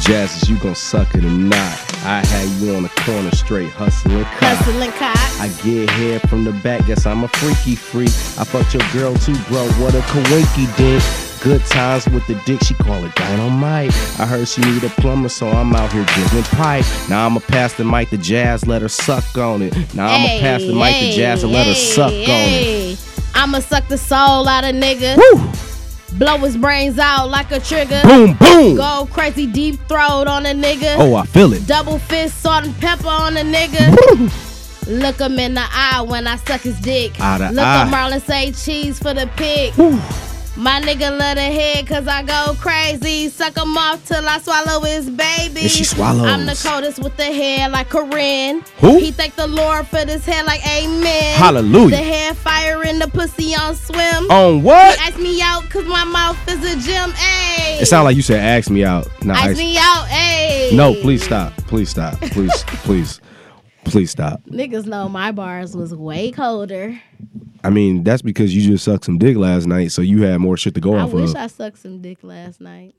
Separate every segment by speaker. Speaker 1: jazz is you gon' suck it or not. I had you on the corner straight hustling cock.
Speaker 2: Hustling cock.
Speaker 1: I get hair from the back, guess I'm a freaky freak. I fucked your girl too, bro. What a kawinky dick. Good times with the dick, she call it dynamite. I heard she need a plumber, so I'm out here giving pipe. Now I'ma pass the mic to Jazz, let her suck on it. Now I'ma
Speaker 2: Hey,
Speaker 1: pass the mic
Speaker 2: hey,
Speaker 1: to Jazz and let her
Speaker 2: hey,
Speaker 1: suck on it.
Speaker 2: hey. I'ma suck the soul out of nigga.
Speaker 1: Woo!
Speaker 2: Blow his brains out like a trigger.
Speaker 1: Boom, boom!
Speaker 2: Go crazy deep throat on a nigga.
Speaker 1: Oh, I feel it.
Speaker 2: Double fist salt and pepper on a nigga. Look him in the eye when I suck his dick.
Speaker 1: Eye to
Speaker 2: Look
Speaker 1: eye.
Speaker 2: at Marlon say cheese for the pig. My nigga love the head cause I go crazy. Suck him off till I swallow his baby.
Speaker 1: And she swallows.
Speaker 2: I'm the coldest with the hair like Corinne.
Speaker 1: Who?
Speaker 2: He thank the Lord for this hair like amen.
Speaker 1: Hallelujah. Oh.
Speaker 2: The hair fire in the pussy on swim.
Speaker 1: On what?
Speaker 2: Ask me out cause my mouth is a gym. Ayy.
Speaker 1: It sound like you said ask me out. Not
Speaker 2: Ask
Speaker 1: ask-
Speaker 2: me out. Ayy.
Speaker 1: No, please stop. Please stop. Please, please, please stop.
Speaker 2: Niggas know my bars was way colder.
Speaker 1: I mean, that's because you just sucked some dick last night, so you had more shit to go
Speaker 2: I
Speaker 1: off
Speaker 2: wish
Speaker 1: of. I...
Speaker 2: I sucked some dick last night.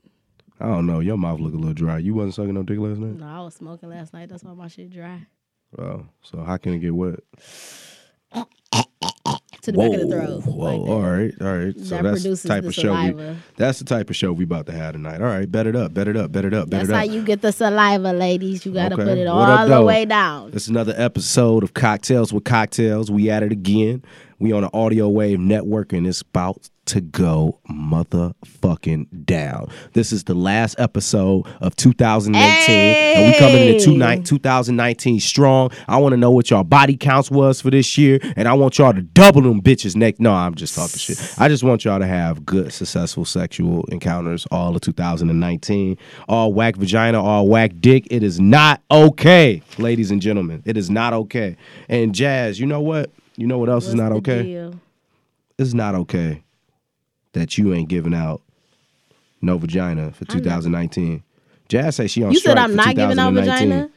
Speaker 1: don't know. Your mouth look a little dry. You wasn't sucking no dick last night.
Speaker 2: No, I was smoking last night. That's why my shit dry.
Speaker 1: Oh, so how can it get wet?
Speaker 2: To the back of the throat.
Speaker 1: whoa!
Speaker 2: Like that.
Speaker 1: Oh, all right, all right. So
Speaker 2: That
Speaker 1: that's
Speaker 2: produces
Speaker 1: the type
Speaker 2: the
Speaker 1: of show. We,
Speaker 2: saliva.
Speaker 1: that's the type of show we about to have tonight. All right, bet it up, bet it up, bet it up, bet
Speaker 2: That's
Speaker 1: it
Speaker 2: how
Speaker 1: up.
Speaker 2: you get the saliva, ladies. You gotta
Speaker 1: Okay.
Speaker 2: put it all
Speaker 1: What up,
Speaker 2: the
Speaker 1: though?
Speaker 2: way down.
Speaker 1: It's another episode of Cocktails with Cocktails. We at it again. We on an audio wave network and it's about to go motherfucking down. This is the last episode of 2018 and we coming into two
Speaker 2: Hey!
Speaker 1: night 2019 strong. I want to know what y'all body counts was for this year and I want y'all to double them bitches next. No, I'm just talking shit. I just want y'all to have good successful sexual encounters all of 2019. All whack vagina, all whack dick. It is not okay, ladies and gentlemen. It is not okay. And Jazz, you know what? You know what else is not
Speaker 2: the
Speaker 1: okay?
Speaker 2: deal?
Speaker 1: It's not okay that you ain't giving out no vagina for 2019. Jazz say she on
Speaker 2: You
Speaker 1: strike
Speaker 2: said I'm
Speaker 1: for
Speaker 2: not giving out
Speaker 1: 2019.
Speaker 2: vagina.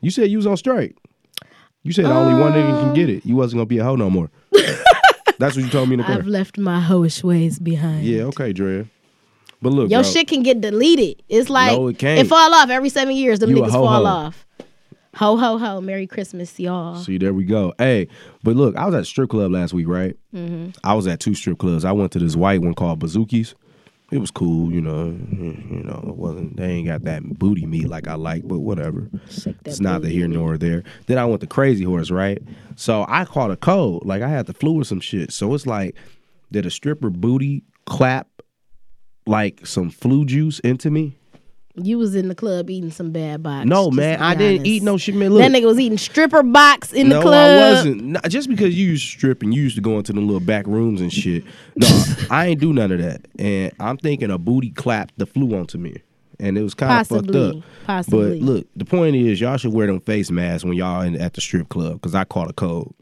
Speaker 1: You said you was on strike. You said only one nigga can get it. You wasn't gonna be a hoe no more. That's what you told me in the car.
Speaker 2: I've left my hoish ways behind.
Speaker 1: Yeah, okay, Dre. But look,
Speaker 2: Your
Speaker 1: bro,
Speaker 2: shit can get deleted. It's like
Speaker 1: No, it can't.
Speaker 2: fall off every seven years. Them
Speaker 1: You a
Speaker 2: niggas
Speaker 1: ho-ho.
Speaker 2: fall off. Ho ho ho! Merry Christmas, y'all.
Speaker 1: See, there we go. Hey, but look, I was at a strip club last week, right?
Speaker 2: Mm-hmm.
Speaker 1: I was at two strip clubs. I went to this white one called Bazooki's. It was cool, you know. You know, it wasn't. They ain't got that booty meat like I like, but whatever.
Speaker 2: Shake that
Speaker 1: it's neither here nor there. Then I went to Crazy Horse, right? So I caught a cold. Like I had the flu or some shit. So it's like, did a stripper booty clap like some flu juice into me?
Speaker 2: You was in the club eating some bad box.
Speaker 1: No,
Speaker 2: just
Speaker 1: man.
Speaker 2: to
Speaker 1: I
Speaker 2: be
Speaker 1: didn't
Speaker 2: honest.
Speaker 1: eat no shit, man. Look,
Speaker 2: That nigga was eating stripper box in
Speaker 1: no,
Speaker 2: the club.
Speaker 1: I wasn't. Nah, just because you used to strip and you used to go into them little back rooms and shit. No, I ain't do none of that. And I'm thinking a booty clap the flew onto me. And it was kind of fucked
Speaker 2: Possibly.
Speaker 1: up.
Speaker 2: Possibly.
Speaker 1: But look, the point is, y'all should wear them face masks when y'all in, at the strip club because I caught a cold.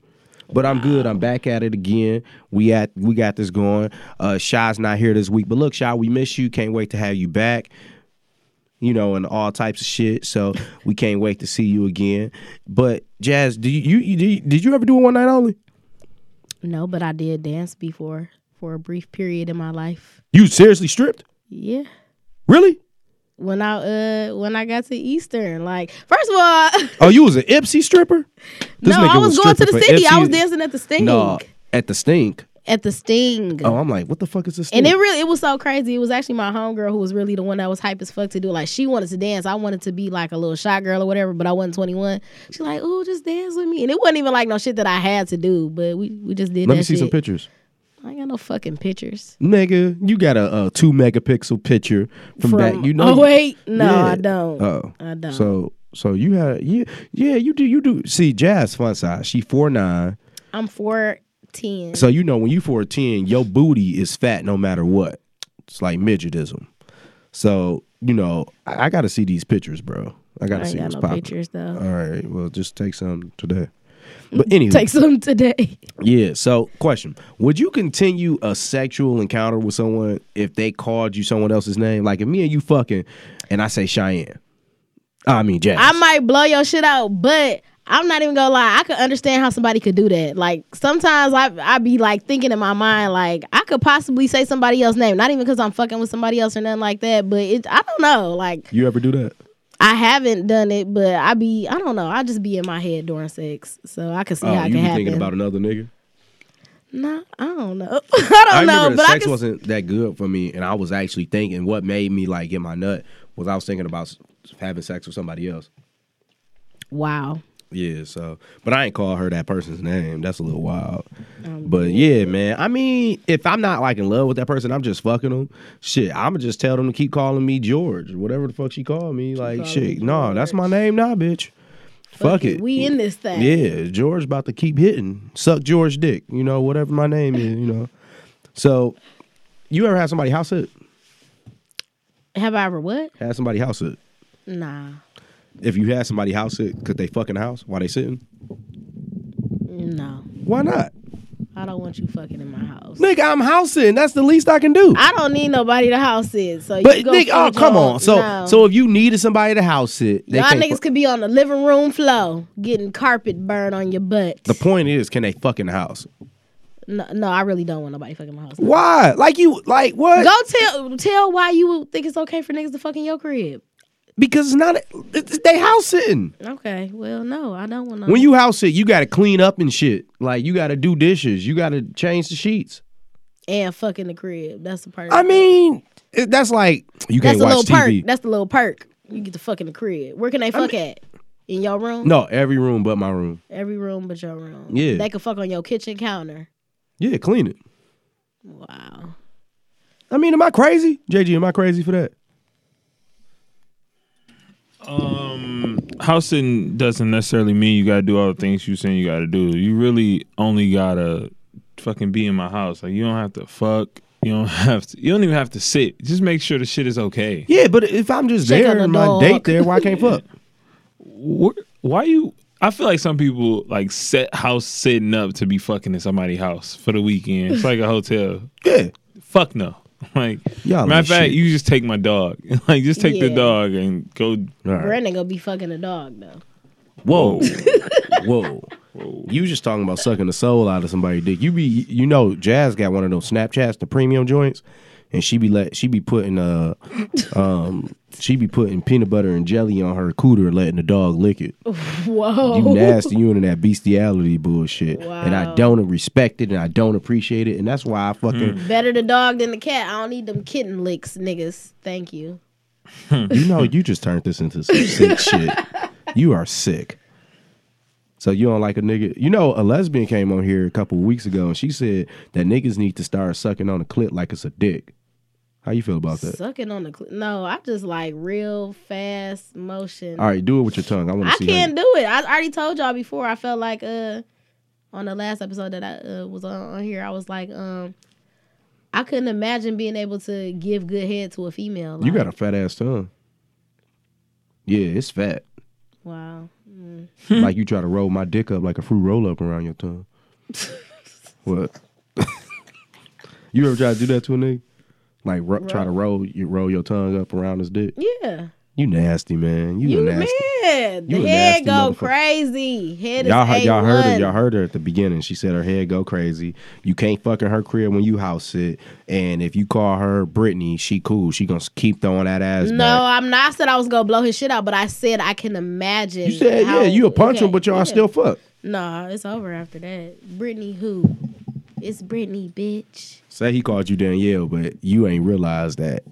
Speaker 1: But I'm good. I'm back at it again. We at we got this going. Uh Shy's not here this week. But look, Shy, we miss you. Can't wait to have you back you know, and all types of shit. So we can't wait to see you again. But Jazz, do you, you, you do you- did you ever do a one night only?
Speaker 2: No, but I did dance before for a brief period in my life.
Speaker 1: You seriously stripped?
Speaker 2: Yeah.
Speaker 1: Really?
Speaker 2: When I uh when I got to Eastern, like first of all,
Speaker 1: Oh, you was an Ipsy stripper? This
Speaker 2: no,
Speaker 1: nigga
Speaker 2: I was, going to the
Speaker 1: stripping for
Speaker 2: city. I
Speaker 1: Ipsy.
Speaker 2: was dancing at the Sting,
Speaker 1: No, at the stink.
Speaker 2: at the Sting,
Speaker 1: Oh, I'm like, what the fuck is this?
Speaker 2: and it really it was so crazy. It was actually my homegirl who was really the one that was hype as fuck to do. it. Like she wanted to dance. I wanted to be like a little shot girl or whatever, but I wasn't 21. She like, oh, just dance with me, and it wasn't even like no shit that I had to do. But we we just did.
Speaker 1: Let
Speaker 2: that
Speaker 1: me see some
Speaker 2: shit.
Speaker 1: pictures.
Speaker 2: I ain't got no fucking pictures.
Speaker 1: Nigga, you got a, a two megapixel picture from, back. You know.
Speaker 2: oh wait, no,
Speaker 1: Yeah.
Speaker 2: I don't.
Speaker 1: Oh.
Speaker 2: I don't.
Speaker 1: So so you had yeah yeah you do you do see Jazz fun size she four nine
Speaker 2: I'm four ten.
Speaker 1: So you know when you 14, your booty is fat no matter what. It's like midgetism. So you know I, I got to see these pictures, bro. I got to
Speaker 2: I ain't
Speaker 1: see
Speaker 2: got
Speaker 1: what's Uh,
Speaker 2: no
Speaker 1: popping.
Speaker 2: pictures though.
Speaker 1: All right, well just take some today. But anyway,
Speaker 2: Take some today.
Speaker 1: yeah. So question: Would you continue a sexual encounter with someone if they called you someone else's name? Like if me and you fucking, and I say Cheyenne, I mean Jazz.
Speaker 2: I might blow your shit out, but I'm not even gonna lie. I could understand how somebody could do that. Like sometimes I I be like thinking in my mind like I could possibly say somebody else's name, not even because I'm fucking with somebody else or nothing like that. But it I don't know. Like
Speaker 1: You ever do that?
Speaker 2: I haven't done it, but I be I don't know. I just be in my head during sex, so I could see how
Speaker 1: Oh, you
Speaker 2: it
Speaker 1: be
Speaker 2: could happen.
Speaker 1: thinking about another nigga?
Speaker 2: no, I don't know. I don't
Speaker 1: remember
Speaker 2: know,
Speaker 1: the
Speaker 2: but I
Speaker 1: sex
Speaker 2: could.
Speaker 1: wasn't that good for me, and I was actually thinking what made me like get my nut was I was thinking about s- having sex with somebody else.
Speaker 2: wow.
Speaker 1: Yeah, so but I ain't call her that person's name. That's a little wild. but yeah, man. I mean, if I'm not like in love with that person, I'm just fucking them. Shit, I'ma just tell them to keep calling me George or whatever the fuck she called me. Like
Speaker 2: calling
Speaker 1: shit,
Speaker 2: me
Speaker 1: no, that's my
Speaker 2: George.
Speaker 1: name now, bitch. Fuck, it.
Speaker 2: We in this thing.
Speaker 1: Yeah, George about to keep hitting. Suck George dick. You know, whatever my name is, you know. So you ever had somebody house it?
Speaker 2: Have I ever what?
Speaker 1: Had somebody house it.
Speaker 2: Nah.
Speaker 1: If you had somebody house it, could they fucking house while they sitting?
Speaker 2: No.
Speaker 1: Why not?
Speaker 2: I don't want you fucking in my house.
Speaker 1: Nigga, I'm housing. That's the least I can do.
Speaker 2: I don't need nobody to house it. So
Speaker 1: But
Speaker 2: you go
Speaker 1: nigga, oh
Speaker 2: feed
Speaker 1: come
Speaker 2: your-
Speaker 1: on. So
Speaker 2: no.
Speaker 1: so if you needed somebody to house it, they
Speaker 2: y'all
Speaker 1: can't
Speaker 2: niggas
Speaker 1: fu-
Speaker 2: could be on the living room floor getting carpet burn on your butt.
Speaker 1: the point is, can they fucking house?
Speaker 2: no, no, I really don't want nobody fucking my house.
Speaker 1: Why? Like you like what?
Speaker 2: Go tell tell why you would think it's okay for niggas to fucking your crib.
Speaker 1: Because it's not a, it's, they house sitting.
Speaker 2: Okay, well no, I don't want to.
Speaker 1: When you house it, you gotta clean up and shit. Like you gotta do dishes. You gotta change the sheets.
Speaker 2: and fucking the crib, that's the part.
Speaker 1: I mean, it, that's like you can't
Speaker 2: that's the
Speaker 1: watch
Speaker 2: little
Speaker 1: TV.
Speaker 2: perk. That's the little perk. You get to fucking the crib. Where can they fuck at? In your room?
Speaker 1: No, every room but my room.
Speaker 2: Every room but your room.
Speaker 1: Yeah.
Speaker 2: They could fuck on your kitchen counter.
Speaker 1: Yeah, clean it.
Speaker 2: Wow.
Speaker 1: I mean, am I crazy? JG, am I crazy for that?
Speaker 3: house sitting doesn't necessarily mean you gotta do all the things you saying you gotta do. You really only gotta fucking be in my house. Like you don't have to fuck. You don't have to. You don't even have to sit. Just make sure the shit is okay.
Speaker 1: Yeah, but if I'm just
Speaker 2: Check
Speaker 1: there
Speaker 2: on the
Speaker 1: and my
Speaker 2: dog.
Speaker 1: date there, why I can't fuck?
Speaker 3: Wh- Why you? I feel like some people like set house sitting up to be fucking in somebody's house for the weekend. It's like a hotel.
Speaker 1: Yeah.
Speaker 3: Fuck no. Like
Speaker 1: Y'all
Speaker 3: matter
Speaker 1: ain't
Speaker 3: of fact,
Speaker 1: shit.
Speaker 3: you just take my dog. like just take the
Speaker 2: Yeah.
Speaker 3: dog and go.
Speaker 1: All right.
Speaker 2: Brandon gonna be fucking the dog though.
Speaker 1: Whoa. Whoa. You just talking about sucking the soul out of somebody dick. You be you know Jazz got one of those Snapchats, the premium joints, and she be let she be putting uh um she be putting peanut butter and jelly on her cooter letting the dog lick it.
Speaker 2: Whoa.
Speaker 1: You nasty you into that bestiality bullshit. And I
Speaker 2: Wow.
Speaker 1: don't respect it and I don't appreciate it and that's why I fucking
Speaker 2: Better the dog than the cat. I don't need them kitten licks, niggas. Thank you.
Speaker 1: you know you just turned this into some sick shit. You are sick. So you don't like a nigga. You know, a lesbian came on here a couple weeks ago and she said that niggas need to start sucking on the clit like it's a dick. How you feel about that?
Speaker 2: Sucking on the cl- no. I just like real fast motion.
Speaker 1: All right, do it with your tongue. I want
Speaker 2: I
Speaker 1: to see. how
Speaker 2: can't
Speaker 1: you-
Speaker 2: do it. I already told y'all before. I felt like uh on the last episode that I uh, was on, on here, I was like um I couldn't imagine being able to give good head to a female.
Speaker 1: you
Speaker 2: like,
Speaker 1: got a fat ass tongue. Yeah, it's fat.
Speaker 2: wow. Hmm.
Speaker 1: like you try to roll my dick up like a fruit roll up around your tongue. what? you ever try to do that to a nigga? Like ro- try to roll you roll your tongue up around his dick?
Speaker 2: Yeah,
Speaker 1: You nasty man. You,
Speaker 2: you
Speaker 1: a nasty.
Speaker 2: man. The
Speaker 1: You a
Speaker 2: head
Speaker 1: nasty
Speaker 2: go
Speaker 1: motherfucker.
Speaker 2: crazy. Head
Speaker 1: Y'all,
Speaker 2: is
Speaker 1: he- y'all heard her.
Speaker 2: A1.
Speaker 1: Y'all heard her at the beginning. She said her head go crazy. You can't fuck in her crib when you house sit. And if you call her Brittany, she cool. She gonna s- keep throwing that ass.
Speaker 2: No,
Speaker 1: back.
Speaker 2: I'm not. I said I was gonna blow his shit out, but I said I can imagine.
Speaker 1: you said
Speaker 2: how-
Speaker 1: yeah. You a punch him,
Speaker 2: Okay,
Speaker 1: but y'all
Speaker 2: yeah.
Speaker 1: still fuck.
Speaker 2: Nah, it's over after that. Brittany, who? It's Brittany, bitch.
Speaker 1: Say he called you Danielle, but you ain't realize that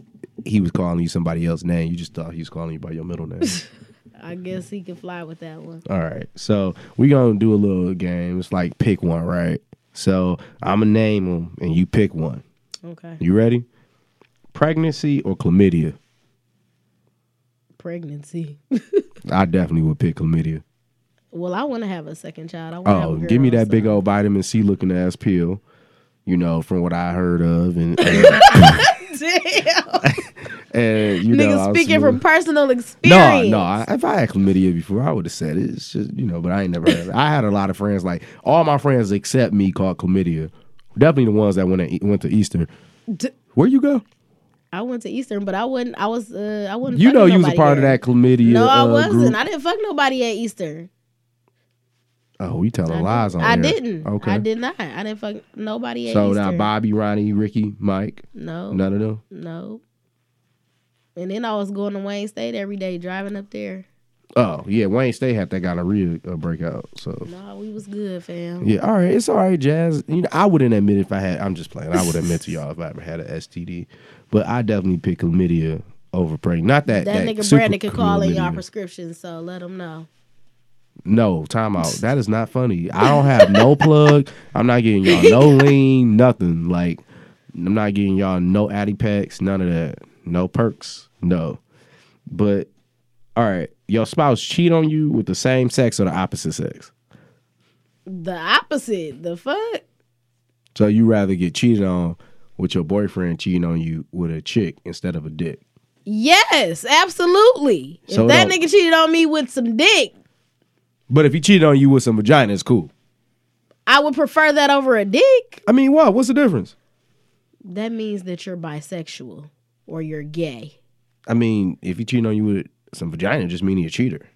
Speaker 1: he was calling you somebody else's name. You just thought he was calling you by your middle name.
Speaker 2: I guess he can fly with that one.
Speaker 1: All right, so we gonna do a little game. It's like pick one, right? So I'm gonna name them, and you pick one.
Speaker 2: Okay.
Speaker 1: You ready? Pregnancy or chlamydia?
Speaker 2: Pregnancy.
Speaker 1: I definitely would pick chlamydia.
Speaker 2: well, I want to have a second child. I want to have
Speaker 1: Oh,
Speaker 2: a girl,
Speaker 1: give me that big
Speaker 2: so-
Speaker 1: old vitamin C looking ass pill. You know, from what I heard of, and and,
Speaker 2: Damn.
Speaker 1: and you know, I
Speaker 2: Nigga
Speaker 1: was
Speaker 2: speaking from
Speaker 1: smooth.
Speaker 2: personal
Speaker 1: no,
Speaker 2: experience.
Speaker 1: no. I, if I had chlamydia before, I would have said it. It's just you know, but I ain't never. Had it. I had a lot of friends, like all my friends except me, called chlamydia. Definitely the ones that went to, E, went to Eastern.
Speaker 2: D-
Speaker 1: Where you go?
Speaker 2: I went to Eastern, but I wasn't. I was. Uh, I wasn't.
Speaker 1: You know,
Speaker 2: fucking
Speaker 1: you was a
Speaker 2: nobody
Speaker 1: part uh,
Speaker 2: there.
Speaker 1: of that chlamydia.
Speaker 2: No, I
Speaker 1: uh,
Speaker 2: wasn't.
Speaker 1: Group.
Speaker 2: I didn't fuck nobody at Eastern.
Speaker 1: Oh, you telling lies on
Speaker 2: I
Speaker 1: air.
Speaker 2: didn't.
Speaker 1: Okay.
Speaker 2: I did not. I didn't fuck nobody. At
Speaker 1: So now
Speaker 2: Easter.
Speaker 1: Bobby, Ronnie, Ricky, Mike,
Speaker 2: No.
Speaker 1: none of them.
Speaker 2: No. And then I was going to Wayne State every day, driving up there.
Speaker 1: Oh yeah, Wayne State had that gonorrhea uh, breakout. So
Speaker 2: No, we was good, fam.
Speaker 1: yeah, all right, it's all right, Jazz. You know, I wouldn't admit if I had. I'm just playing. I would admit to y'all if I ever had an STD, but I definitely pick chlamydia over pregnant. Not that that,
Speaker 2: That, nigga
Speaker 1: super
Speaker 2: Brandon could call in y'all
Speaker 1: chlamydia.
Speaker 2: prescription, so let him know.
Speaker 1: No, time out. That is not funny. I don't have no plug. I'm not getting y'all no lean, nothing. Like I'm not getting y'all no addy packs, none of that. No perks. No. But all right, your spouse cheat on you with the same sex or the opposite sex.
Speaker 2: The opposite. The fuck?
Speaker 1: So you rather get cheated on with your boyfriend cheating on you with a chick instead of a dick.
Speaker 2: Yes, absolutely.
Speaker 1: So
Speaker 2: if that
Speaker 1: don't-
Speaker 2: nigga cheated on me with some dick,
Speaker 1: But if he cheated on you with some vagina, it's cool.
Speaker 2: I would prefer that over a dick.
Speaker 1: I mean, why? What's the difference?
Speaker 2: That means that you're bisexual or you're gay.
Speaker 1: I mean, if he cheated on you with some vagina, just mean he a cheater.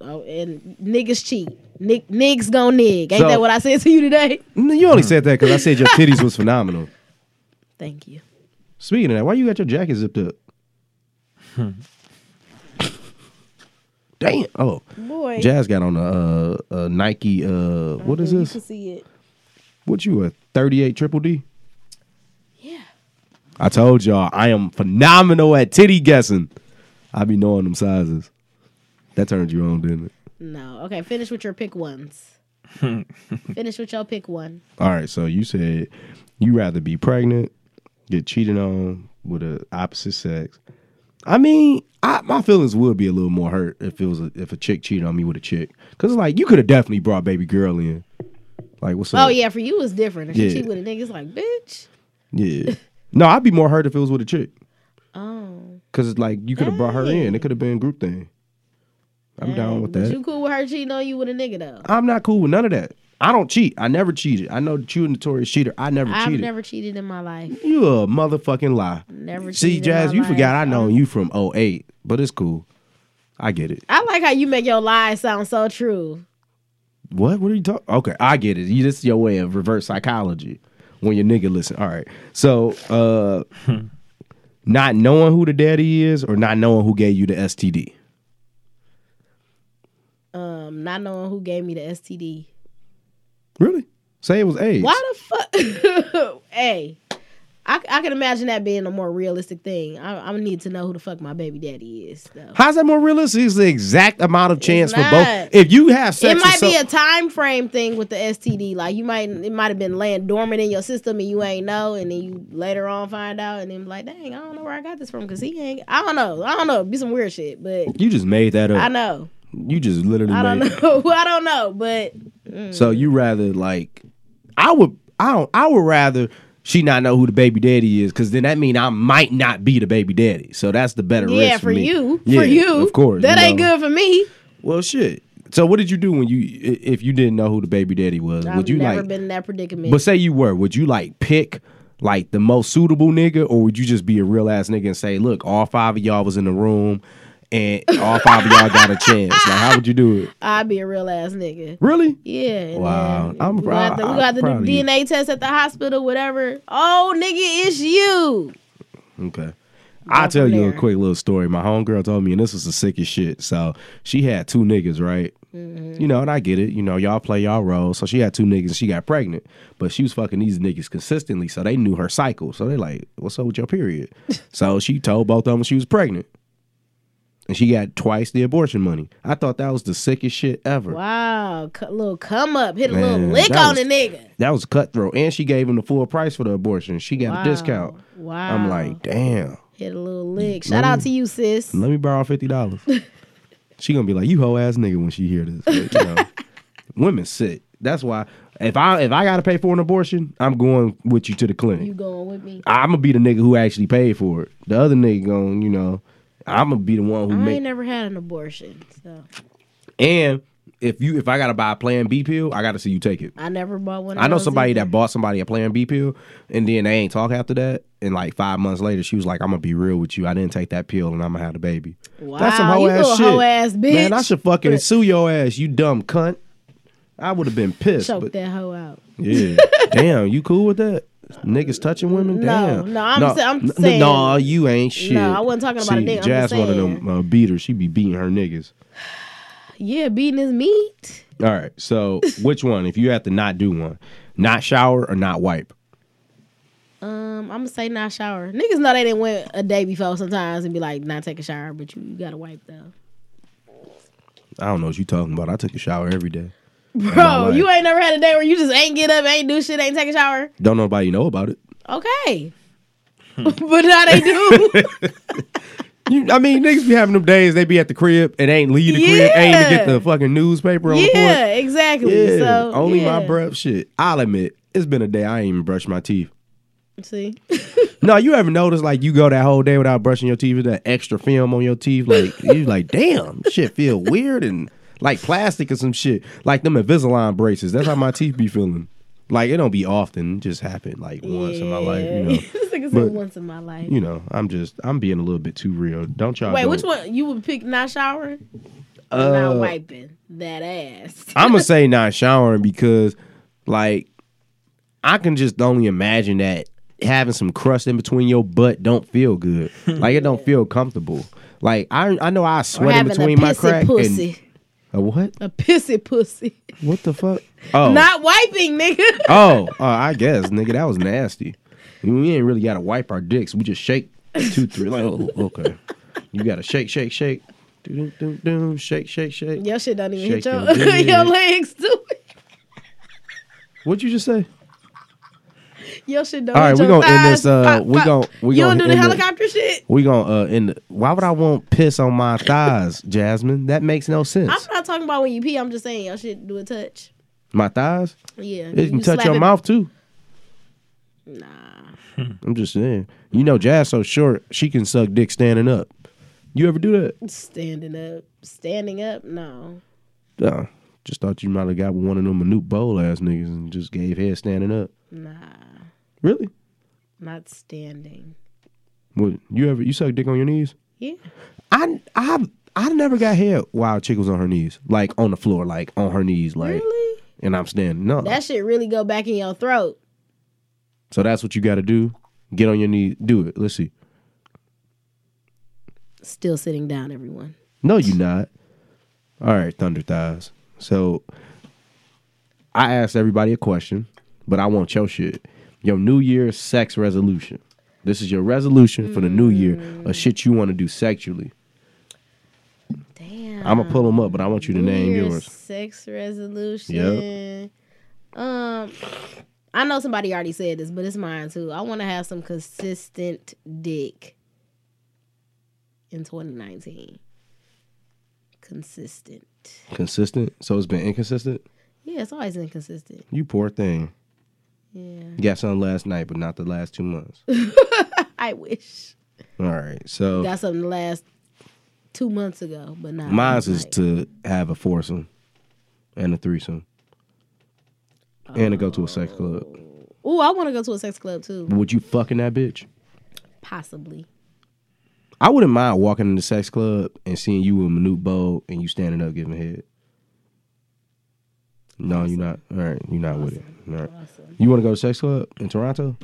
Speaker 2: Oh, and niggas cheat. Nick, niggas gonna nig. Ain't
Speaker 1: So-
Speaker 2: that what I said to you today?
Speaker 1: No, You only said that because I said your titties was phenomenal.
Speaker 2: Thank you.
Speaker 1: Speaking of that, why you got your jacket zipped up? Damn. Oh,
Speaker 2: Boy.
Speaker 1: Jazz got on a, uh a Nike. Uh, what is
Speaker 2: You can
Speaker 1: this?
Speaker 2: see it.
Speaker 1: What you a thirty-eight triple D?
Speaker 2: Yeah.
Speaker 1: I told y'all I am phenomenal at titty guessing. I be knowing them sizes. That turned you on, didn't it?
Speaker 2: No. Okay, finish with your pick ones. finish with your pick one.
Speaker 1: All right. So you said you rather be pregnant, get cheated on with a opposite sex. I mean, I, my feelings would be a little more hurt if it was a, if a chick cheated on me with a chick, because like you could have definitely brought baby girl in. Like what's up?
Speaker 2: oh yeah, for you it's different. If you
Speaker 1: Yeah.
Speaker 2: cheat with a nigga, it's like, bitch.
Speaker 1: yeah. No, I'd be more hurt if it was with a chick,
Speaker 2: Oh.
Speaker 1: because like you could have brought her in. It could have been a group thing. I'm down
Speaker 2: dang.
Speaker 1: with
Speaker 2: oh, But
Speaker 1: that.
Speaker 2: You cool with her cheating on you with a nigga though?
Speaker 1: I'm not cool with none of that. I don't cheat. I never cheated. I know that you a notorious cheater. I never
Speaker 2: I've
Speaker 1: cheated.
Speaker 2: never cheated in my life.
Speaker 1: You a motherfucking lie.
Speaker 2: Never
Speaker 1: See,
Speaker 2: cheated in
Speaker 1: Jazz,
Speaker 2: my
Speaker 1: you
Speaker 2: life.
Speaker 1: forgot I known you from 08, but it's cool. I get it.
Speaker 2: I like how you make your lies sound so true.
Speaker 1: What? What are you talking? Okay, I get it. You, this is your way of reverse psychology when your nigga listen. All right. So, uh not knowing who the daddy is or not knowing who gave you the STD.
Speaker 2: Um, not knowing who gave me the STD.
Speaker 1: Really? Say it was AIDS.
Speaker 2: Why the fuck? hey, I, I can imagine that being a more realistic thing. I, I'm gonna need to know who the fuck my baby daddy is though.
Speaker 1: How's that more realistic? It's the exact amount of chance for
Speaker 2: not.
Speaker 1: both. If you have sex
Speaker 2: it might
Speaker 1: with some-
Speaker 2: be a time frame thing with the STD. Like you might, it might have been laying dormant in your system and you ain't know, and then you later on find out, and then be like, dang, I don't know where I got this from because he ain't. I don't know. I don't know. It'd Be some weird shit, but
Speaker 1: you just made that up.
Speaker 2: I know.
Speaker 1: You just literally
Speaker 2: I
Speaker 1: made
Speaker 2: don't know. I don't know. But
Speaker 1: So you
Speaker 2: Mm.
Speaker 1: rather like I would I don't I would rather she not know who the baby daddy is because then that mean I might not be the baby daddy. So that's the better
Speaker 2: yeah,
Speaker 1: risk
Speaker 2: for
Speaker 1: me.
Speaker 2: you,
Speaker 1: Yeah,
Speaker 2: for you,
Speaker 1: of course.
Speaker 2: that
Speaker 1: you
Speaker 2: ain't
Speaker 1: know.
Speaker 2: good for me.
Speaker 1: Well, shit. So what did you do when you i- if you didn't know who the baby daddy was?
Speaker 2: I've
Speaker 1: would you
Speaker 2: never
Speaker 1: like?
Speaker 2: been in that predicament.
Speaker 1: But say you were, would you like pick? Like the most suitable nigga, or would you just be a real ass nigga and say, "Look, all five of y'all was in the room, and all five of y'all got a chance." Like, how would you do it?
Speaker 2: I'd be a real ass nigga.
Speaker 1: Really?
Speaker 2: Yeah. and
Speaker 1: Wow.
Speaker 2: then
Speaker 1: I'm
Speaker 2: we
Speaker 1: prou-
Speaker 2: got the, we
Speaker 1: I'm
Speaker 2: got the
Speaker 1: proud of you.
Speaker 2: DNA test at the hospital, whatever. Oh, nigga, it's you.
Speaker 1: Okay. I'll
Speaker 2: from
Speaker 1: tell you a
Speaker 2: there.
Speaker 1: quick little story. My homegirl told me, and this was the sickest shit. So she had two niggas, right?
Speaker 2: Mm-hmm.
Speaker 1: You know, and I get it. You know, y'all play y'all roles. So she had two niggas and she got pregnant. But she was fucking these niggas consistently. So they knew her cycle. So they like, what's up with your period? so she told both of them she was pregnant. And she got twice the abortion money. I thought that was the sickest shit ever.
Speaker 2: Wow, c- little come up, hit a little
Speaker 1: Man,
Speaker 2: lick
Speaker 1: that
Speaker 2: on the
Speaker 1: was-
Speaker 2: nigga.
Speaker 1: That was cutthroat. And she gave him the full price for the abortion. She got
Speaker 2: Wow.
Speaker 1: a discount.
Speaker 2: Wow,
Speaker 1: I'm like, damn.
Speaker 2: hit a little lick. Shout out to you, sis.
Speaker 1: let me borrow fifty dollars. she gonna be like, you hoe ass nigga when she hear this. But, you know, women sick. That's why if I if I gotta pay for an abortion, I'm going with you to the clinic.
Speaker 2: You going with me?
Speaker 1: I'm gonna be the nigga who actually paid for it. The other nigga going, you know, I'm gonna be the one who
Speaker 2: I
Speaker 1: make.
Speaker 2: ain't never had an abortion, so
Speaker 1: and if you if I gotta buy a Plan B pill, I gotta see you take it.
Speaker 2: I never bought one. Of
Speaker 1: I know
Speaker 2: those
Speaker 1: somebody
Speaker 2: either.
Speaker 1: that bought somebody a Plan B pill, and then they ain't talk after that. And like five months later, she was like, "I'm gonna be real with you. I didn't take that pill, and I'm gonna have the baby."
Speaker 2: Wow,
Speaker 1: That's some hoe
Speaker 2: you
Speaker 1: ass
Speaker 2: little
Speaker 1: shit.
Speaker 2: hoe ass bitch.
Speaker 1: Man, I should fucking sue your ass, you dumb cunt. I would have been pissed.
Speaker 2: Choke
Speaker 1: but-
Speaker 2: that hoe out.
Speaker 1: yeah. Damn, you cool with that? Niggas touching women?
Speaker 2: No,
Speaker 1: Damn.
Speaker 2: no, I'm sa- I'm
Speaker 1: n-
Speaker 2: saying-
Speaker 1: No, you ain't shit.
Speaker 2: I wasn't talking about a
Speaker 1: See,
Speaker 2: nigga, I'm just
Speaker 1: Jazz one of them uh, beaters. She be beating her niggas.
Speaker 2: Yeah, beating his meat.
Speaker 1: All right. So which one? If you have to not do one, not shower or not wipe.
Speaker 2: Um, I'm gonna say not shower. Niggas know they didn't went a day before sometimes and be like, not take a shower, but you, you gotta wipe though.
Speaker 1: I don't know what you talking about. I took a shower every day.
Speaker 2: Bro,
Speaker 1: wife.
Speaker 2: you ain't never had a day where you just ain't get up, ain't do shit, ain't take a shower.
Speaker 1: Don't nobody know about it.
Speaker 2: Okay.
Speaker 1: Hmm.
Speaker 2: but now they do.
Speaker 1: You, I mean, niggas be having them days. They be at the crib and ain't leave the crib, ain't to get the fucking newspaper on the porch.
Speaker 2: yeah, exactly.
Speaker 1: Yeah,
Speaker 2: so
Speaker 1: only my
Speaker 2: yeah.
Speaker 1: breath. Shit, I'll admit, it's been a day I ain't even brushed my teeth.
Speaker 2: See,
Speaker 1: No, you ever notice like you go that whole day without brushing your teeth, with that extra film on your teeth, like you like, damn, shit feel weird and like plastic or some shit, like them Invisalign braces. That's how my teeth be feeling. Like it don't be often, it just happen like once in my life, you know.
Speaker 2: This nigga said
Speaker 1: But-
Speaker 2: once in my life.
Speaker 1: You know, I'm just I'm being a little bit too real. Don't y'all?
Speaker 2: Wait,
Speaker 1: go-
Speaker 2: which one you would pick? Not showering, or
Speaker 1: Uh,
Speaker 2: not wiping that ass.
Speaker 1: I'm gonna say not showering because, like, I can just only imagine that having some crust in between your butt don't feel good. Like it don't feel comfortable. Like I I know I
Speaker 2: Or
Speaker 1: sweat in
Speaker 2: having
Speaker 1: between
Speaker 2: a
Speaker 1: my
Speaker 2: pissy
Speaker 1: crack.
Speaker 2: pussy,
Speaker 1: And, a what?
Speaker 2: a pissy pussy.
Speaker 1: What the fuck? Oh,
Speaker 2: Not wiping, nigga.
Speaker 1: oh, uh, I guess, nigga, that was nasty. We ain't really gotta wipe our dicks. We just shake two, three. Like, oh, okay. You gotta shake, shake, shake. Do, do, do, shake, shake, shake.
Speaker 2: Your shit don't even
Speaker 1: Shake
Speaker 2: hit
Speaker 1: your
Speaker 2: your,
Speaker 1: dick.
Speaker 2: your legs too.
Speaker 1: What'd you just say?
Speaker 2: Your shit don't.
Speaker 1: All right,
Speaker 2: hit
Speaker 1: we
Speaker 2: your
Speaker 1: gonna end
Speaker 2: thighs.
Speaker 1: this, uh,
Speaker 2: Pop,
Speaker 1: we
Speaker 2: pop.
Speaker 1: gonna- we
Speaker 2: you
Speaker 1: gonna
Speaker 2: don't do
Speaker 1: end
Speaker 2: the
Speaker 1: it.
Speaker 2: helicopter shit.
Speaker 1: We gonna uh in the, why would I want piss on my thighs, Jasmine? That makes no
Speaker 2: I'm
Speaker 1: sense.
Speaker 2: not talking about when you pee. I'm just saying your shit do a touch.
Speaker 1: My thighs?
Speaker 2: Yeah,
Speaker 1: It can
Speaker 2: you
Speaker 1: touch
Speaker 2: slap
Speaker 1: your
Speaker 2: it-
Speaker 1: mouth too.
Speaker 2: Nah,
Speaker 1: I'm just saying. You know Jazz so short, she can suck dick standing up. You ever do that?
Speaker 2: standing up, standing up. No,
Speaker 1: No. Just thought you might have got one of them minute bowl ass niggas and just gave head standing up.
Speaker 2: nah,
Speaker 1: Really?
Speaker 2: not standing.
Speaker 1: What you ever you suck dick on your knees?
Speaker 2: Yeah.
Speaker 1: I I I never got head while chick was on her knees. Like on the floor, like on her knees, like
Speaker 2: Really?
Speaker 1: and I'm standing. No.
Speaker 2: That shit really go back in your throat.
Speaker 1: so that's what you gotta do. Get on your knees. Do it. Let's see.
Speaker 2: Still sitting down, everyone.
Speaker 1: No, you not. All right, Thunder Thighs. So I asked everybody a question, but I want your shit. Your New Year's sex resolution. This is your resolution for the new year of shit you want to do sexually.
Speaker 2: Damn.
Speaker 1: I'm going to pull them up, but I want you to
Speaker 2: New
Speaker 1: name
Speaker 2: Year's
Speaker 1: yours.
Speaker 2: Sex resolution. Um, I know somebody already said this, but it's mine too. I want to have some consistent dick in 2019. Consistent.
Speaker 1: Consistent. So it's been inconsistent.
Speaker 2: Yeah, it's always inconsistent.
Speaker 1: You poor thing.
Speaker 2: Yeah,
Speaker 1: You got some last night, but not the last two months.
Speaker 2: I wish.
Speaker 1: All right. So
Speaker 2: Got something the last two months ago, but not.
Speaker 1: mine's is
Speaker 2: like-
Speaker 1: to have a foursome and a threesome and to go to a sex club.
Speaker 2: Ooh, I want to go to a sex club too.
Speaker 1: Would you fucking that bitch?
Speaker 2: Possibly.
Speaker 1: I wouldn't mind walking in the sex club and seeing you with Manute Bow and you standing up giving head. No, you're not. All right, you're not with it. All right.
Speaker 2: Awesome.
Speaker 1: You want to go to sex club in Toronto?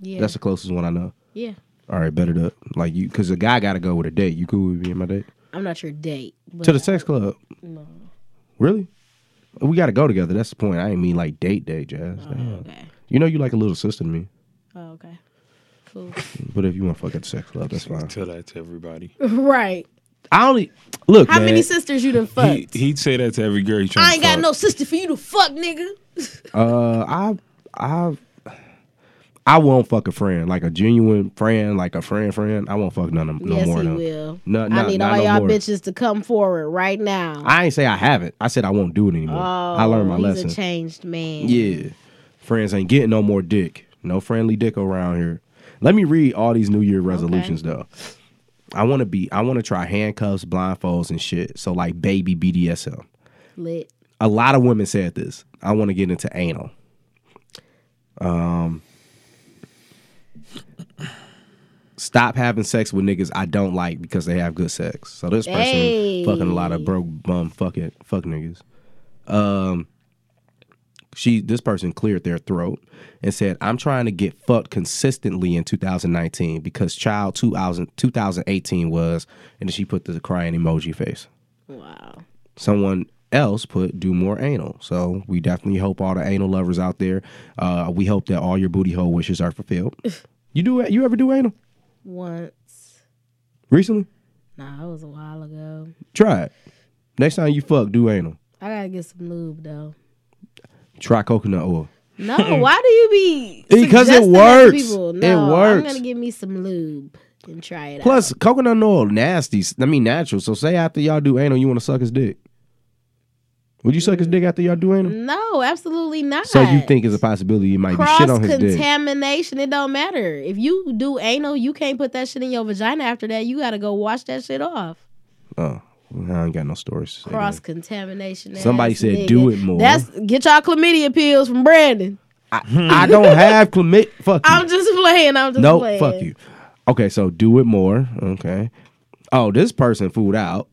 Speaker 2: Yeah.
Speaker 1: That's the closest one I know.
Speaker 2: yeah.
Speaker 1: All right, bet it up. Like you, because the guy got to go with a date. You cool with me and my date
Speaker 2: I'm not your date. But
Speaker 1: to the sex club?
Speaker 2: No.
Speaker 1: Really? We got to go together. That's the point. I ain't mean like date day, Jazz. Damn.
Speaker 2: Okay.
Speaker 1: You know you like a little sister to me,
Speaker 2: Oh, okay. Cool.
Speaker 1: but if you want to fuck at the sex club, that's fine.
Speaker 3: Tell that to everybody.
Speaker 2: right.
Speaker 1: I only look.
Speaker 2: How
Speaker 1: man,
Speaker 2: many sisters you done fucked?
Speaker 3: He, he'd say that to every girl. He
Speaker 2: I ain't got
Speaker 3: fuck.
Speaker 2: no sister for you to fuck, nigga.
Speaker 1: Uh, I, I, I won't fuck a friend, like a genuine friend, like a friend, friend. I won't fuck none of them. No
Speaker 2: yes,
Speaker 1: more of
Speaker 2: he
Speaker 1: them.
Speaker 2: will.
Speaker 1: No,
Speaker 2: I
Speaker 1: no,
Speaker 2: need
Speaker 1: not
Speaker 2: all
Speaker 1: no
Speaker 2: y'all
Speaker 1: more.
Speaker 2: bitches to come forward right now. Oh,
Speaker 1: I ain't say I haven't. I said I won't do it anymore. I learned my
Speaker 2: he's
Speaker 1: lesson.
Speaker 2: a changed man.
Speaker 1: yeah, friends ain't getting no more dick. No friendly dick around here. Let me read all these New Year resolutions though. I want to be. I want to try handcuffs, blindfolds, and shit. So like baby BDSM.
Speaker 2: Lit.
Speaker 1: a lot of women said this. I want to get into anal. Um, stop having sex with niggas I don't like because they have good sex. So this person
Speaker 2: Hey.
Speaker 1: fucking a lot of broke bum fucking fuck niggas. Um, She this person cleared their throat and said, "I'm trying to get fucked consistently in 2019 because child 2000, 2018 was." And then she put the crying emoji face.
Speaker 2: Wow.
Speaker 1: Someone else put do more anal. So we definitely hope all the anal lovers out there. Uh, we hope that all your booty hole wishes are fulfilled. you do you ever do anal
Speaker 2: Once.
Speaker 1: recently?
Speaker 2: Nah, it was a while ago.
Speaker 1: Try it. Next time you fuck, do anal.
Speaker 2: I gotta get some lube though.
Speaker 1: Try coconut oil.
Speaker 2: No, why do you be?
Speaker 1: Because it
Speaker 2: suggesting that to
Speaker 1: works.
Speaker 2: people?
Speaker 1: It
Speaker 2: No, I'm
Speaker 1: works.
Speaker 2: gonna give me some lube and try it out.
Speaker 1: Plus, coconut oil nasty. I mean, natural. So say after y'all do anal, you want to suck his dick. Would you suck his dick after y'all do anal?
Speaker 2: No, absolutely not.
Speaker 1: So you think it's a possibility you might be
Speaker 2: cross
Speaker 1: shit on his dick?
Speaker 2: contamination? It don't matter if you do anal. You can't put that shit in your vagina after that. You gotta go wash that shit off.
Speaker 1: Oh, I ain't got no stories. to say
Speaker 2: Cross contamination.
Speaker 1: Somebody said do it more.
Speaker 2: That's get y'all chlamydia pills from Brandon.
Speaker 1: then. I don't have chlamydia. Fuck you.
Speaker 2: I'm just playing. I'm just
Speaker 1: No,
Speaker 2: playing.
Speaker 1: fuck you. Okay, so do it more. Okay. Oh, this person fooled out.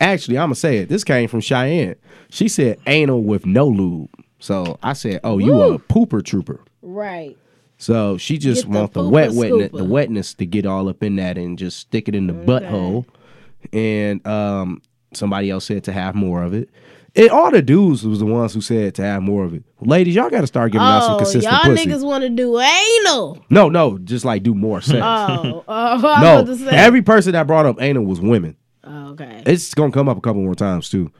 Speaker 1: Actually, I'm gonna say it. This came from Cheyenne. She said anal with no lube. So I said, "Oh, you a
Speaker 2: Woo.
Speaker 1: pooper trooper."
Speaker 2: Right.
Speaker 1: So she just
Speaker 2: Get the
Speaker 1: want the
Speaker 2: pooper
Speaker 1: wet wetness, the
Speaker 2: scooper.
Speaker 1: wetness to get all up in that and just stick it in the butthole. And um, somebody else said to have more of it. And all the dudes was the ones who said to have more of it. Ladies, y'all got to start giving out some
Speaker 2: Oh,
Speaker 1: consistent
Speaker 2: y'all
Speaker 1: pussy.
Speaker 2: niggas want to do anal.
Speaker 1: No, no, just like do more sex.
Speaker 2: Oh, oh, I was about to
Speaker 1: no,
Speaker 2: say.
Speaker 1: every person that brought up anal was women.
Speaker 2: Oh, okay.
Speaker 1: It's gonna come up a couple more times too.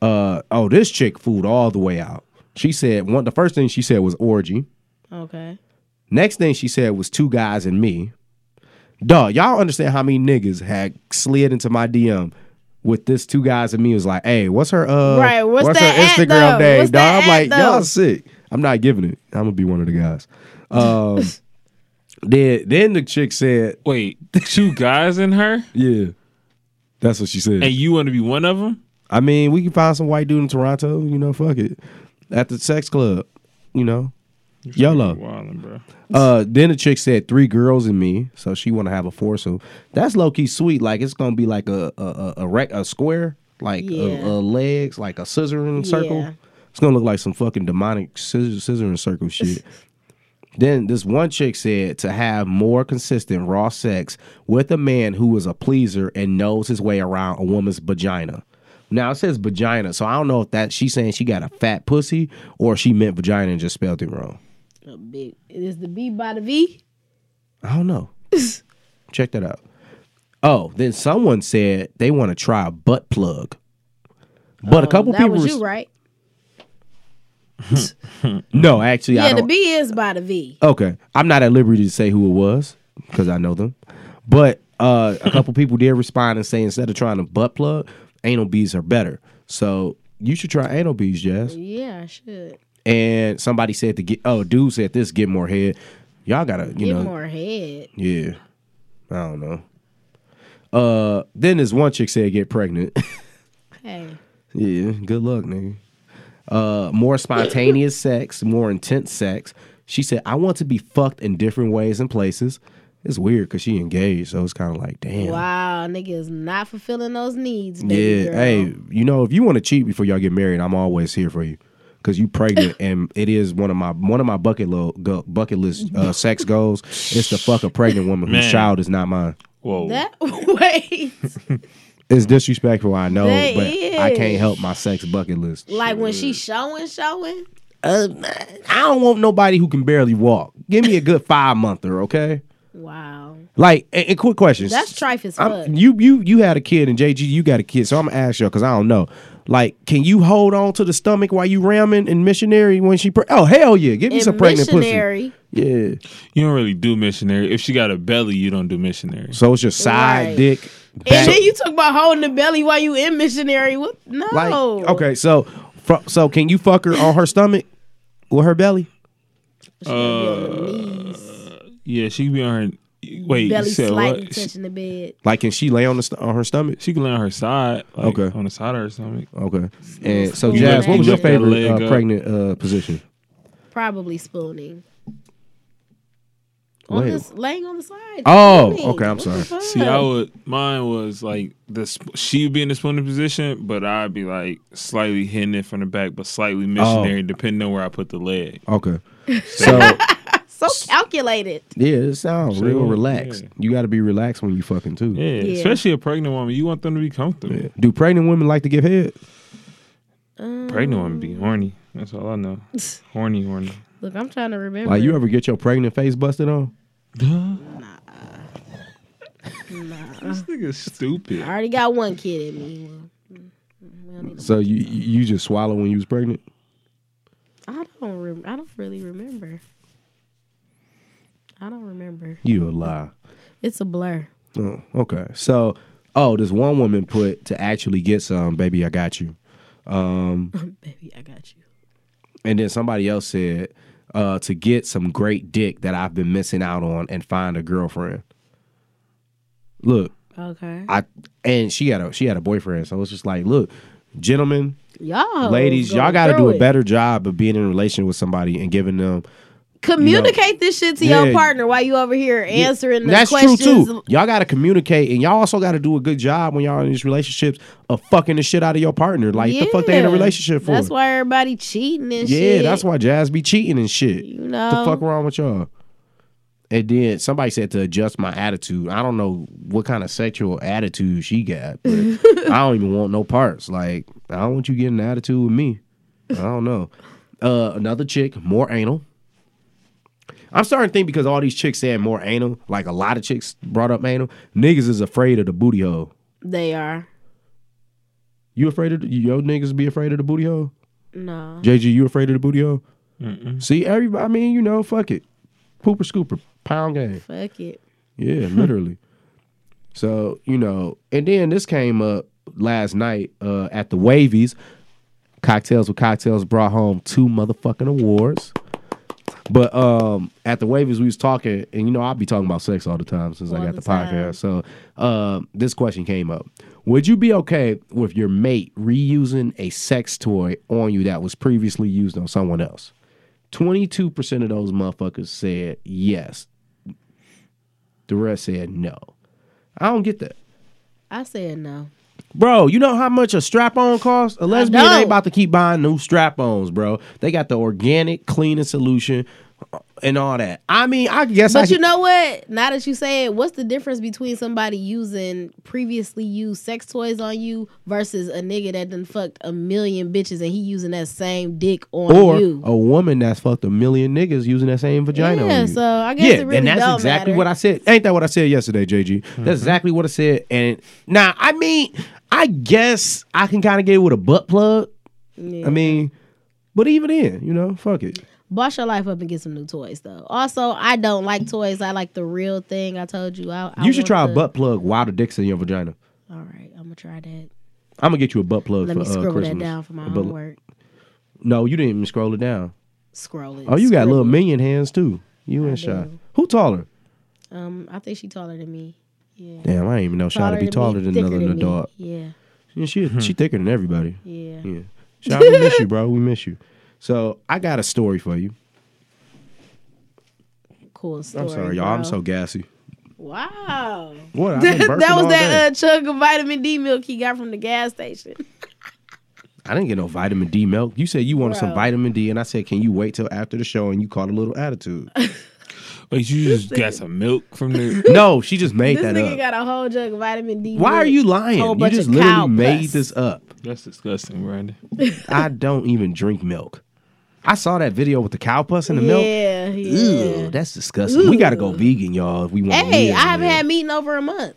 Speaker 1: Uh, oh, this chick fooled all the way out. She said one. The first thing she said was orgy.
Speaker 2: Okay.
Speaker 1: Next thing she said was two guys and me. Dog, y'all understand how many niggas had slid into my DM with this two guys and me was like, hey, what's her uh
Speaker 2: Right, what's that
Speaker 1: her
Speaker 2: at,
Speaker 1: Instagram
Speaker 2: though?
Speaker 1: name?
Speaker 2: What's
Speaker 1: dawg?
Speaker 2: that
Speaker 1: I'm like,
Speaker 2: at,
Speaker 1: y'all
Speaker 2: though?
Speaker 1: sick. I'm not giving it. I'm gonna be one of the guys. Um then then the chick said,
Speaker 3: Wait, two guys in her,
Speaker 1: Yeah. That's what she said.
Speaker 3: and you want to be one of them?
Speaker 1: I mean, we can find some white dude in Toronto, you know, fuck it. At the sex club, you know. YOLO.
Speaker 3: Wildin', bro.
Speaker 1: Uh, then the chick said three girls and me, so she want to have a foursome. That's low key sweet. Like it's gonna be like a a a, a, rec, a square, like
Speaker 2: Yeah.
Speaker 1: a, a legs, like a scissoring circle.
Speaker 2: Yeah.
Speaker 1: It's gonna look like some fucking demonic scissor, scissoring circle shit. then this one chick said to have more consistent raw sex with a man who is a pleaser and knows his way around a woman's vagina. Now it says vagina, so I don't know if that she's saying she got a fat pussy or she meant vagina and just spelled it wrong.
Speaker 2: A big. Is the B by the V?
Speaker 1: I don't know. Check that out. Oh, then someone said they want to try a butt plug. But a couple
Speaker 2: Oh, that
Speaker 1: people
Speaker 2: was
Speaker 1: res-
Speaker 2: you, right?
Speaker 1: No, actually I
Speaker 2: Yeah, the
Speaker 1: don't
Speaker 2: B is by the V.
Speaker 1: Okay. I'm not at liberty to say who it was because I know them. But uh, a couple people did respond and say instead of trying a butt plug, anal beads are better. So you should try anal beads, Jazz.
Speaker 2: Yeah, I should.
Speaker 1: And somebody said to get oh, dude said this get more head. Y'all gotta, you
Speaker 2: Get
Speaker 1: know,
Speaker 2: more head.
Speaker 1: Yeah. I don't know. Uh then this one chick said get pregnant.
Speaker 2: Hey.
Speaker 1: yeah, good luck, nigga. Uh more spontaneous sex, more intense sex. She said, I want to be fucked in different ways and places. It's weird because she engaged, so it's kind of like, damn.
Speaker 2: Wow, nigga is not fulfilling those needs, baby
Speaker 1: Yeah,
Speaker 2: girl.
Speaker 1: hey, you know, if you want to cheat before y'all get married, I'm always here for you because you pregnant, and it is one of my one of my bucket lo- go, bucket list uh, sex goals. It's to fuck a pregnant woman whose
Speaker 3: Man.
Speaker 1: child is not mine.
Speaker 3: Whoa.
Speaker 2: That wait,
Speaker 1: It's disrespectful, I know,
Speaker 2: That
Speaker 1: but I
Speaker 2: is.
Speaker 1: can't help my sex bucket list.
Speaker 2: like when she showing, showing.
Speaker 1: Uh, I don't want nobody who can barely walk. Give me a good five monther, okay?
Speaker 2: Wow,
Speaker 1: Like, and, and quick questions.
Speaker 2: that's trife as fuck.
Speaker 1: I'm, you you you had a kid and JG you got a kid, so I'm gonna ask y'all because I don't know. Like, can you hold on to the stomach while you ramming in missionary when she? Pre- oh hell yeah, give me
Speaker 2: And
Speaker 1: some pregnant
Speaker 2: missionary,
Speaker 1: pussy. Yeah.
Speaker 3: You don't really do missionary. If she got a belly, you don't do missionary.
Speaker 1: So it's your side
Speaker 2: Right.
Speaker 1: dick. back-
Speaker 2: and then you talk about holding the belly while you in missionary. What? No.
Speaker 1: like okay, so fro- so can you fuck her on her stomach with her belly?
Speaker 2: She gotta be on the
Speaker 1: Uh,
Speaker 2: knees,
Speaker 3: Yeah, she be on her. Wait,
Speaker 2: belly
Speaker 3: you said
Speaker 2: slightly
Speaker 3: what? She,
Speaker 2: touching the bed.
Speaker 1: Like, can she lay on the st- on her stomach?
Speaker 3: she can lay on her side. Like,
Speaker 1: Okay.
Speaker 3: On the side of her stomach.
Speaker 1: Okay. And so,
Speaker 2: You
Speaker 1: Jazz,
Speaker 2: lift-
Speaker 1: what was
Speaker 2: you
Speaker 1: your
Speaker 2: lift that
Speaker 1: favorite
Speaker 3: leg
Speaker 1: uh,
Speaker 3: up.
Speaker 1: pregnant uh, position?
Speaker 2: Probably spooning. on
Speaker 1: Wait.
Speaker 2: this laying on the side.
Speaker 1: Oh,
Speaker 2: Eating.
Speaker 1: okay, I'm
Speaker 2: What the
Speaker 1: sorry.
Speaker 3: See, I
Speaker 2: fuck?
Speaker 3: would. Mine was like the sp- she would be in the spooning position, but I'd be like slightly hitting it from the back, but slightly missionary, depending on where I put the leg.
Speaker 1: Okay. So
Speaker 2: so calculated.
Speaker 1: yeah, it sounds
Speaker 3: So,
Speaker 1: real relaxed.
Speaker 3: yeah.
Speaker 1: You got to be relaxed when you fucking too.
Speaker 3: Yeah,
Speaker 2: Yeah.
Speaker 3: especially a pregnant woman, you want them to be comfortable.
Speaker 1: Yeah. Do pregnant women like to give head?
Speaker 3: Pregnant women be horny. That's all I know. Horny, horny.
Speaker 2: Look, I'm trying to remember.
Speaker 1: Like you ever get your pregnant face busted on?
Speaker 3: This nigga's stupid.
Speaker 2: I already got one kid in me. Well, mm, we don't need to-
Speaker 1: So you you just swallow when you was pregnant?
Speaker 2: I don't. Rem- I don't really remember. I don't remember.
Speaker 1: You a lie.
Speaker 2: It's a blur.
Speaker 1: Oh, okay. So, oh, this one woman put to actually get some, baby, I got you. Um,
Speaker 2: Baby, I got you.
Speaker 1: and then somebody else said uh, to get some great dick that I've been missing out on and find a girlfriend. Look,
Speaker 2: Okay.
Speaker 1: I and she had a she had a boyfriend, so it's just like, look, gentlemen,
Speaker 2: Y'all,
Speaker 1: ladies,
Speaker 2: going
Speaker 1: y'all got to do
Speaker 2: through
Speaker 1: a
Speaker 2: it.
Speaker 1: better job of being in a relation with somebody and giving them.
Speaker 2: Communicate this shit to
Speaker 1: Yeah.
Speaker 2: your partner while you over here answering the
Speaker 1: That's true
Speaker 2: questions.
Speaker 1: too. Y'all got to communicate, and y'all also got to do a good job when y'all in these relationships of fucking the shit out of your partner. Like the fuck they in a
Speaker 2: Yeah.
Speaker 1: relationship for?
Speaker 2: That's why everybody cheating and
Speaker 1: yeah,
Speaker 2: shit.
Speaker 1: that's why Jazz be cheating and shit.
Speaker 2: You
Speaker 1: the
Speaker 2: know.
Speaker 1: fuck wrong with y'all? Um, And then somebody said to adjust my attitude. I don't know what kind of sexual attitude she got, but I don't even want no parts. Like I don't want you getting an attitude with me. I don't know. Uh, another chick, more anal. I'm starting to think because all these chicks saying more anal, like a lot of chicks brought up anal. Niggas is afraid of the booty hole.
Speaker 2: They are.
Speaker 1: You afraid of the, yo niggas be afraid of the booty hole?
Speaker 2: No.
Speaker 1: JG, you afraid of the booty hole? See, everybody. I mean, you know, fuck it, pooper scooper, pound game.
Speaker 2: Fuck it.
Speaker 1: Yeah, literally. so you know, and then this came up last night uh, at the Wavies. Cocktails with cocktails brought home two motherfucking awards. But um, at the Wavies, we was talking, and you know, I be talking about sex all the time since I
Speaker 2: All
Speaker 1: got the,
Speaker 2: the
Speaker 1: podcast. So uh, this question came up: Would you be okay with your mate reusing a sex toy on you that was previously used on someone else? Twenty-two percent of those motherfuckers said yes. The rest said no. I don't get that.
Speaker 2: I said no.
Speaker 1: Bro, you know how much a strap on costs? A lesbian
Speaker 2: don't.
Speaker 1: ain't about to keep buying new strap ons, bro. They got the organic cleaning solution uh, and all that. I mean, I guess I
Speaker 2: But you
Speaker 1: could-
Speaker 2: know what? Now that you say it, what's the difference between somebody using previously used sex toys on you versus a nigga that done fucked a million bitches and he using that same dick on
Speaker 1: or
Speaker 2: you?
Speaker 1: a woman that's fucked a million niggas using that same vagina.
Speaker 2: Yeah,
Speaker 1: on you.
Speaker 2: so uh, I guess it really
Speaker 1: and that's
Speaker 2: don't
Speaker 1: exactly
Speaker 2: matter. Mm-hmm.
Speaker 1: what I said. Ain't that what I said yesterday, JG? That's exactly what I said. And now, I mean, I guess I can kind of get it with a butt plug.
Speaker 2: Yeah.
Speaker 1: I mean, but even then, you know, fuck it.
Speaker 2: Boss your life up and get some new toys though. Also, I don't like toys. I like the real thing. I told you. I, I
Speaker 1: you should
Speaker 2: want
Speaker 1: try
Speaker 2: the-
Speaker 1: a butt plug while the dick's in your vagina.
Speaker 2: All right, I'm gonna try that.
Speaker 1: I'm gonna get you a butt plug
Speaker 2: Let
Speaker 1: for
Speaker 2: me
Speaker 1: uh,
Speaker 2: scribble
Speaker 1: Christmas.
Speaker 2: that down for my
Speaker 1: A butt-
Speaker 2: homework.
Speaker 1: No, you didn't even scroll it down.
Speaker 2: Scroll it.
Speaker 1: Oh, you got little
Speaker 2: scribble.
Speaker 1: minion hands too. You and Shy.
Speaker 2: do.
Speaker 1: Who taller?
Speaker 2: Um, I think she taller than me. Yeah.
Speaker 1: Damn, I didn't even know Shy to be taller than
Speaker 2: thicker
Speaker 1: another than
Speaker 2: me.
Speaker 1: dog.
Speaker 2: Yeah,
Speaker 1: Yeah, she she thicker than everybody.
Speaker 2: yeah.
Speaker 1: Yeah. Shy, we miss you, bro. We miss you. So I got a story for you.
Speaker 2: Cool story.
Speaker 1: I'm sorry, y'all. I'm
Speaker 2: bro.
Speaker 1: so gassy.
Speaker 2: Wow.
Speaker 1: What? I've been
Speaker 2: that
Speaker 1: burping
Speaker 2: was
Speaker 1: all day.
Speaker 2: that uh, chunk of vitamin D milk he got from the gas station.
Speaker 1: I didn't get no vitamin D milk. You said you wanted some
Speaker 2: Bro.
Speaker 1: vitamin D, and I said, "Can you wait till after the show?" And you caught a little attitude.
Speaker 3: Like you just got some milk from the.
Speaker 1: no, she just made
Speaker 2: this
Speaker 1: that
Speaker 2: nigga
Speaker 1: up.
Speaker 2: got a whole jug of vitamin D.
Speaker 1: Why
Speaker 2: milk.
Speaker 1: are you lying?
Speaker 2: Whole
Speaker 1: You
Speaker 2: bunch
Speaker 1: just
Speaker 2: of cow
Speaker 1: literally made
Speaker 2: pus.
Speaker 1: this up.
Speaker 3: That's disgusting, Brandon.
Speaker 1: I don't even drink milk. I saw that video with the cow pus in the milk.
Speaker 2: Yeah, yeah.
Speaker 1: Ew, that's disgusting. We gotta go vegan, y'all. If we want.
Speaker 2: Hey, I haven't had meat in over a month.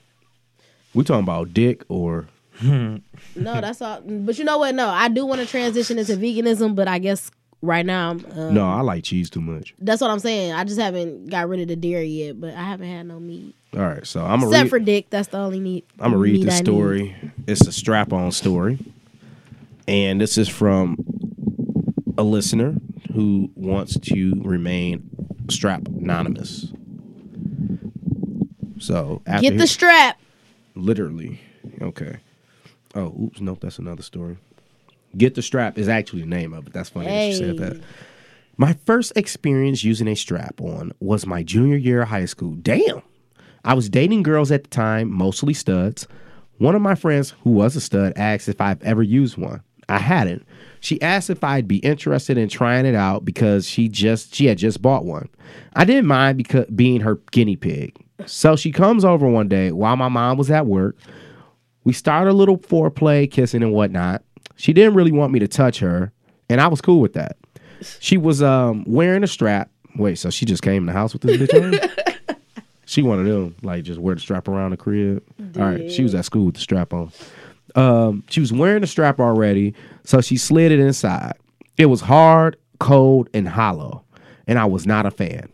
Speaker 1: We talking about dick or
Speaker 2: No, that's all. But you know what? No, I do want to transition into veganism, but I guess right now, I'm, uh,
Speaker 1: no? I like cheese too much.
Speaker 2: that's what I'm saying. I just haven't got rid of the dairy yet, but I haven't had no meat
Speaker 1: All right, so I'm gonna
Speaker 2: except
Speaker 1: read.
Speaker 2: for dick. That's the only need.
Speaker 1: I'm gonna read
Speaker 2: meat
Speaker 1: this
Speaker 2: I need.
Speaker 1: story. It's a strap-on story, and this is from a listener who wants to remain strap anonymous. So after
Speaker 2: Get
Speaker 1: he-
Speaker 2: the strap.
Speaker 1: Literally. Okay. Oh, oops. Nope. That's another story. Get the strap is actually the name of it. That's funny that you said
Speaker 2: Hey.
Speaker 1: that. My first experience using a strap on was my junior year of high school. Damn. I was dating girls at the time, mostly studs. One of my friends, who was a stud, asked if I've ever used one. I hadn't. She asked if I'd be interested in trying it out because she just she had just bought one. I didn't mind because being her guinea pig. So she comes over one day while my mom was at work. We started a little foreplay, kissing and whatnot. She didn't really want me to touch her, and I was cool with that. She was um, wearing a strap. Wait, so she just came in the house with this bitch on? She one of them, like just wear the strap around the crib. All right, she was at school with the strap on. Um, she was wearing the strap already, so she slid it inside. It was hard, cold, and hollow, and I was not a fan.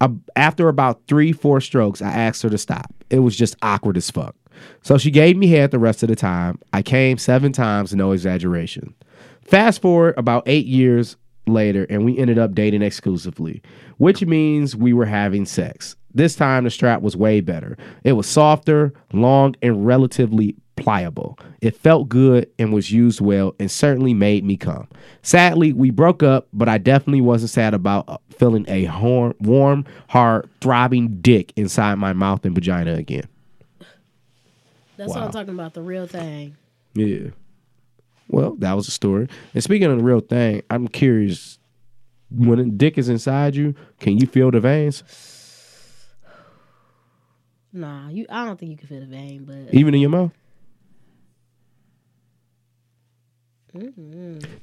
Speaker 1: I, after about three, four strokes, I asked her to stop. It was just awkward as fuck. So she gave me head the rest of the time. I came seven times, no exaggeration. Fast forward about eight years later, and we ended up dating exclusively, which means we were having sex. This time, the strap was way better. It was softer, long, and relatively pliable. It felt good and was used well, and certainly made me come. Sadly, we broke up, but I definitely wasn't sad about uh, feeling a horn, warm, hard, throbbing dick inside my mouth and vagina again.
Speaker 2: That's what
Speaker 1: Wow.
Speaker 2: I'm talking about, the real thing.
Speaker 1: Yeah. Well, that was the story. And speaking of the real thing, I'm curious. When a dick is inside you, can you feel the veins,
Speaker 2: Nah, you. I don't think you can feel the vein, but
Speaker 1: even in your mouth? Now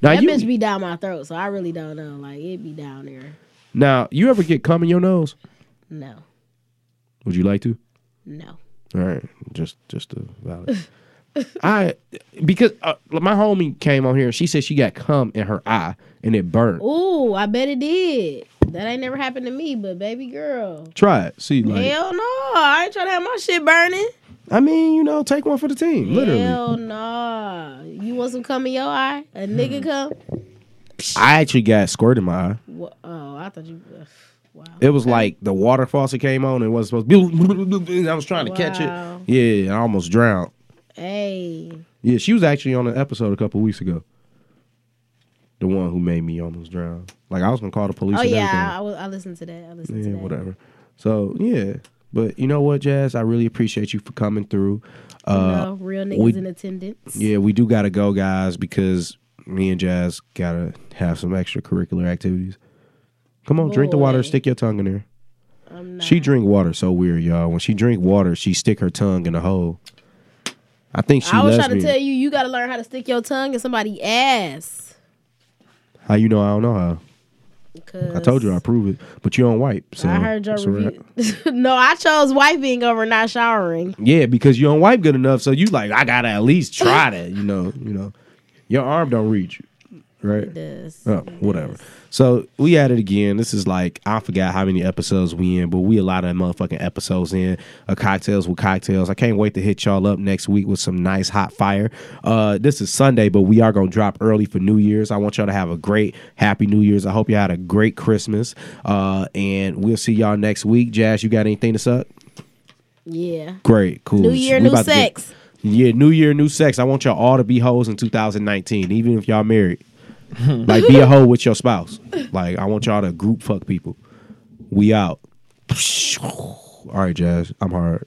Speaker 2: that
Speaker 1: you
Speaker 2: bitch be down my throat, so I really don't know. Like it be down there.
Speaker 1: now you ever get cum in your nose?
Speaker 2: No,
Speaker 1: Would you like to?
Speaker 2: no.
Speaker 1: All right, just just a valid. I because uh, my homie came on here and she said she got cum in her eye and it
Speaker 2: Oh.
Speaker 1: burned.
Speaker 2: Ooh, I bet it did. That ain't never happened to me, but baby girl.
Speaker 1: Try it, see. Like
Speaker 2: Hell no! I ain't trying to have my shit burning.
Speaker 1: I mean, you know, take one for the team, literally.
Speaker 2: Hell no! You want some cum in your eye? A
Speaker 1: Hmm.
Speaker 2: nigga come?
Speaker 1: I actually got squirted in my eye.
Speaker 2: Wha- Oh, I thought you. ugh, Wow.
Speaker 1: It was like the water faucet came on and it wasn't supposed to be. and I was trying to catch
Speaker 2: Wow.
Speaker 1: it. Yeah, I almost drowned.
Speaker 2: Hey,
Speaker 1: Yeah, she was actually on an episode a couple weeks ago. The one who made me almost drown. Like I was gonna call the police.
Speaker 2: Oh
Speaker 1: and
Speaker 2: yeah, I, I, was- I listened to that. I listened
Speaker 1: everything.
Speaker 2: to
Speaker 1: yeah,
Speaker 2: that.
Speaker 1: whatever. So yeah, but you know what, Jazz? I really appreciate you for coming through. Uh,
Speaker 2: no, real niggas
Speaker 1: we-
Speaker 2: in attendance.
Speaker 1: Yeah, we do gotta go, guys, because me and Jazz gotta have some extracurricular activities. Come on, drink the water.
Speaker 2: Boy.
Speaker 1: Stick your tongue in there.
Speaker 2: I'm not.
Speaker 1: She drink water so weird, y'all. When she drink water, she stick her tongue in the hole. I think she
Speaker 2: I was trying
Speaker 1: lesbian.
Speaker 2: to tell you, you got to learn how to stick your tongue in somebody's ass.
Speaker 1: How you know I don't know how?
Speaker 2: Cause
Speaker 1: I told you I prove it, but you don't wipe. So
Speaker 2: I heard your
Speaker 1: it's a wrap.
Speaker 2: review. no, I chose wiping over not showering.
Speaker 1: Yeah, because you don't wipe good enough, so you like I gotta at least try that. You know, you know, your arm don't reach, right?
Speaker 2: This.
Speaker 1: Oh, whatever. So we at it again. This is like I forgot how many episodes we in, but we a lot of motherfucking episodes in. Uh, cocktails with cocktails. I can't wait to hit y'all up next week with some nice hot fire. Uh, this is Sunday, but we are gonna drop early for New Year's. I want y'all to have a great, happy New Year's. I hope you had a great Christmas. Uh, and we'll see y'all next week. Jazz, you got anything to suck?
Speaker 2: Yeah.
Speaker 1: Great, cool.
Speaker 2: New year,
Speaker 1: We
Speaker 2: new
Speaker 1: about to get-
Speaker 2: sex.
Speaker 1: yeah, new year, new sex. I want y'all all to be hoes in 2019, even if y'all married. like, be a hoe with your spouse. Like, I want y'all to group fuck people. We out. All right, Jazz. I'm hard.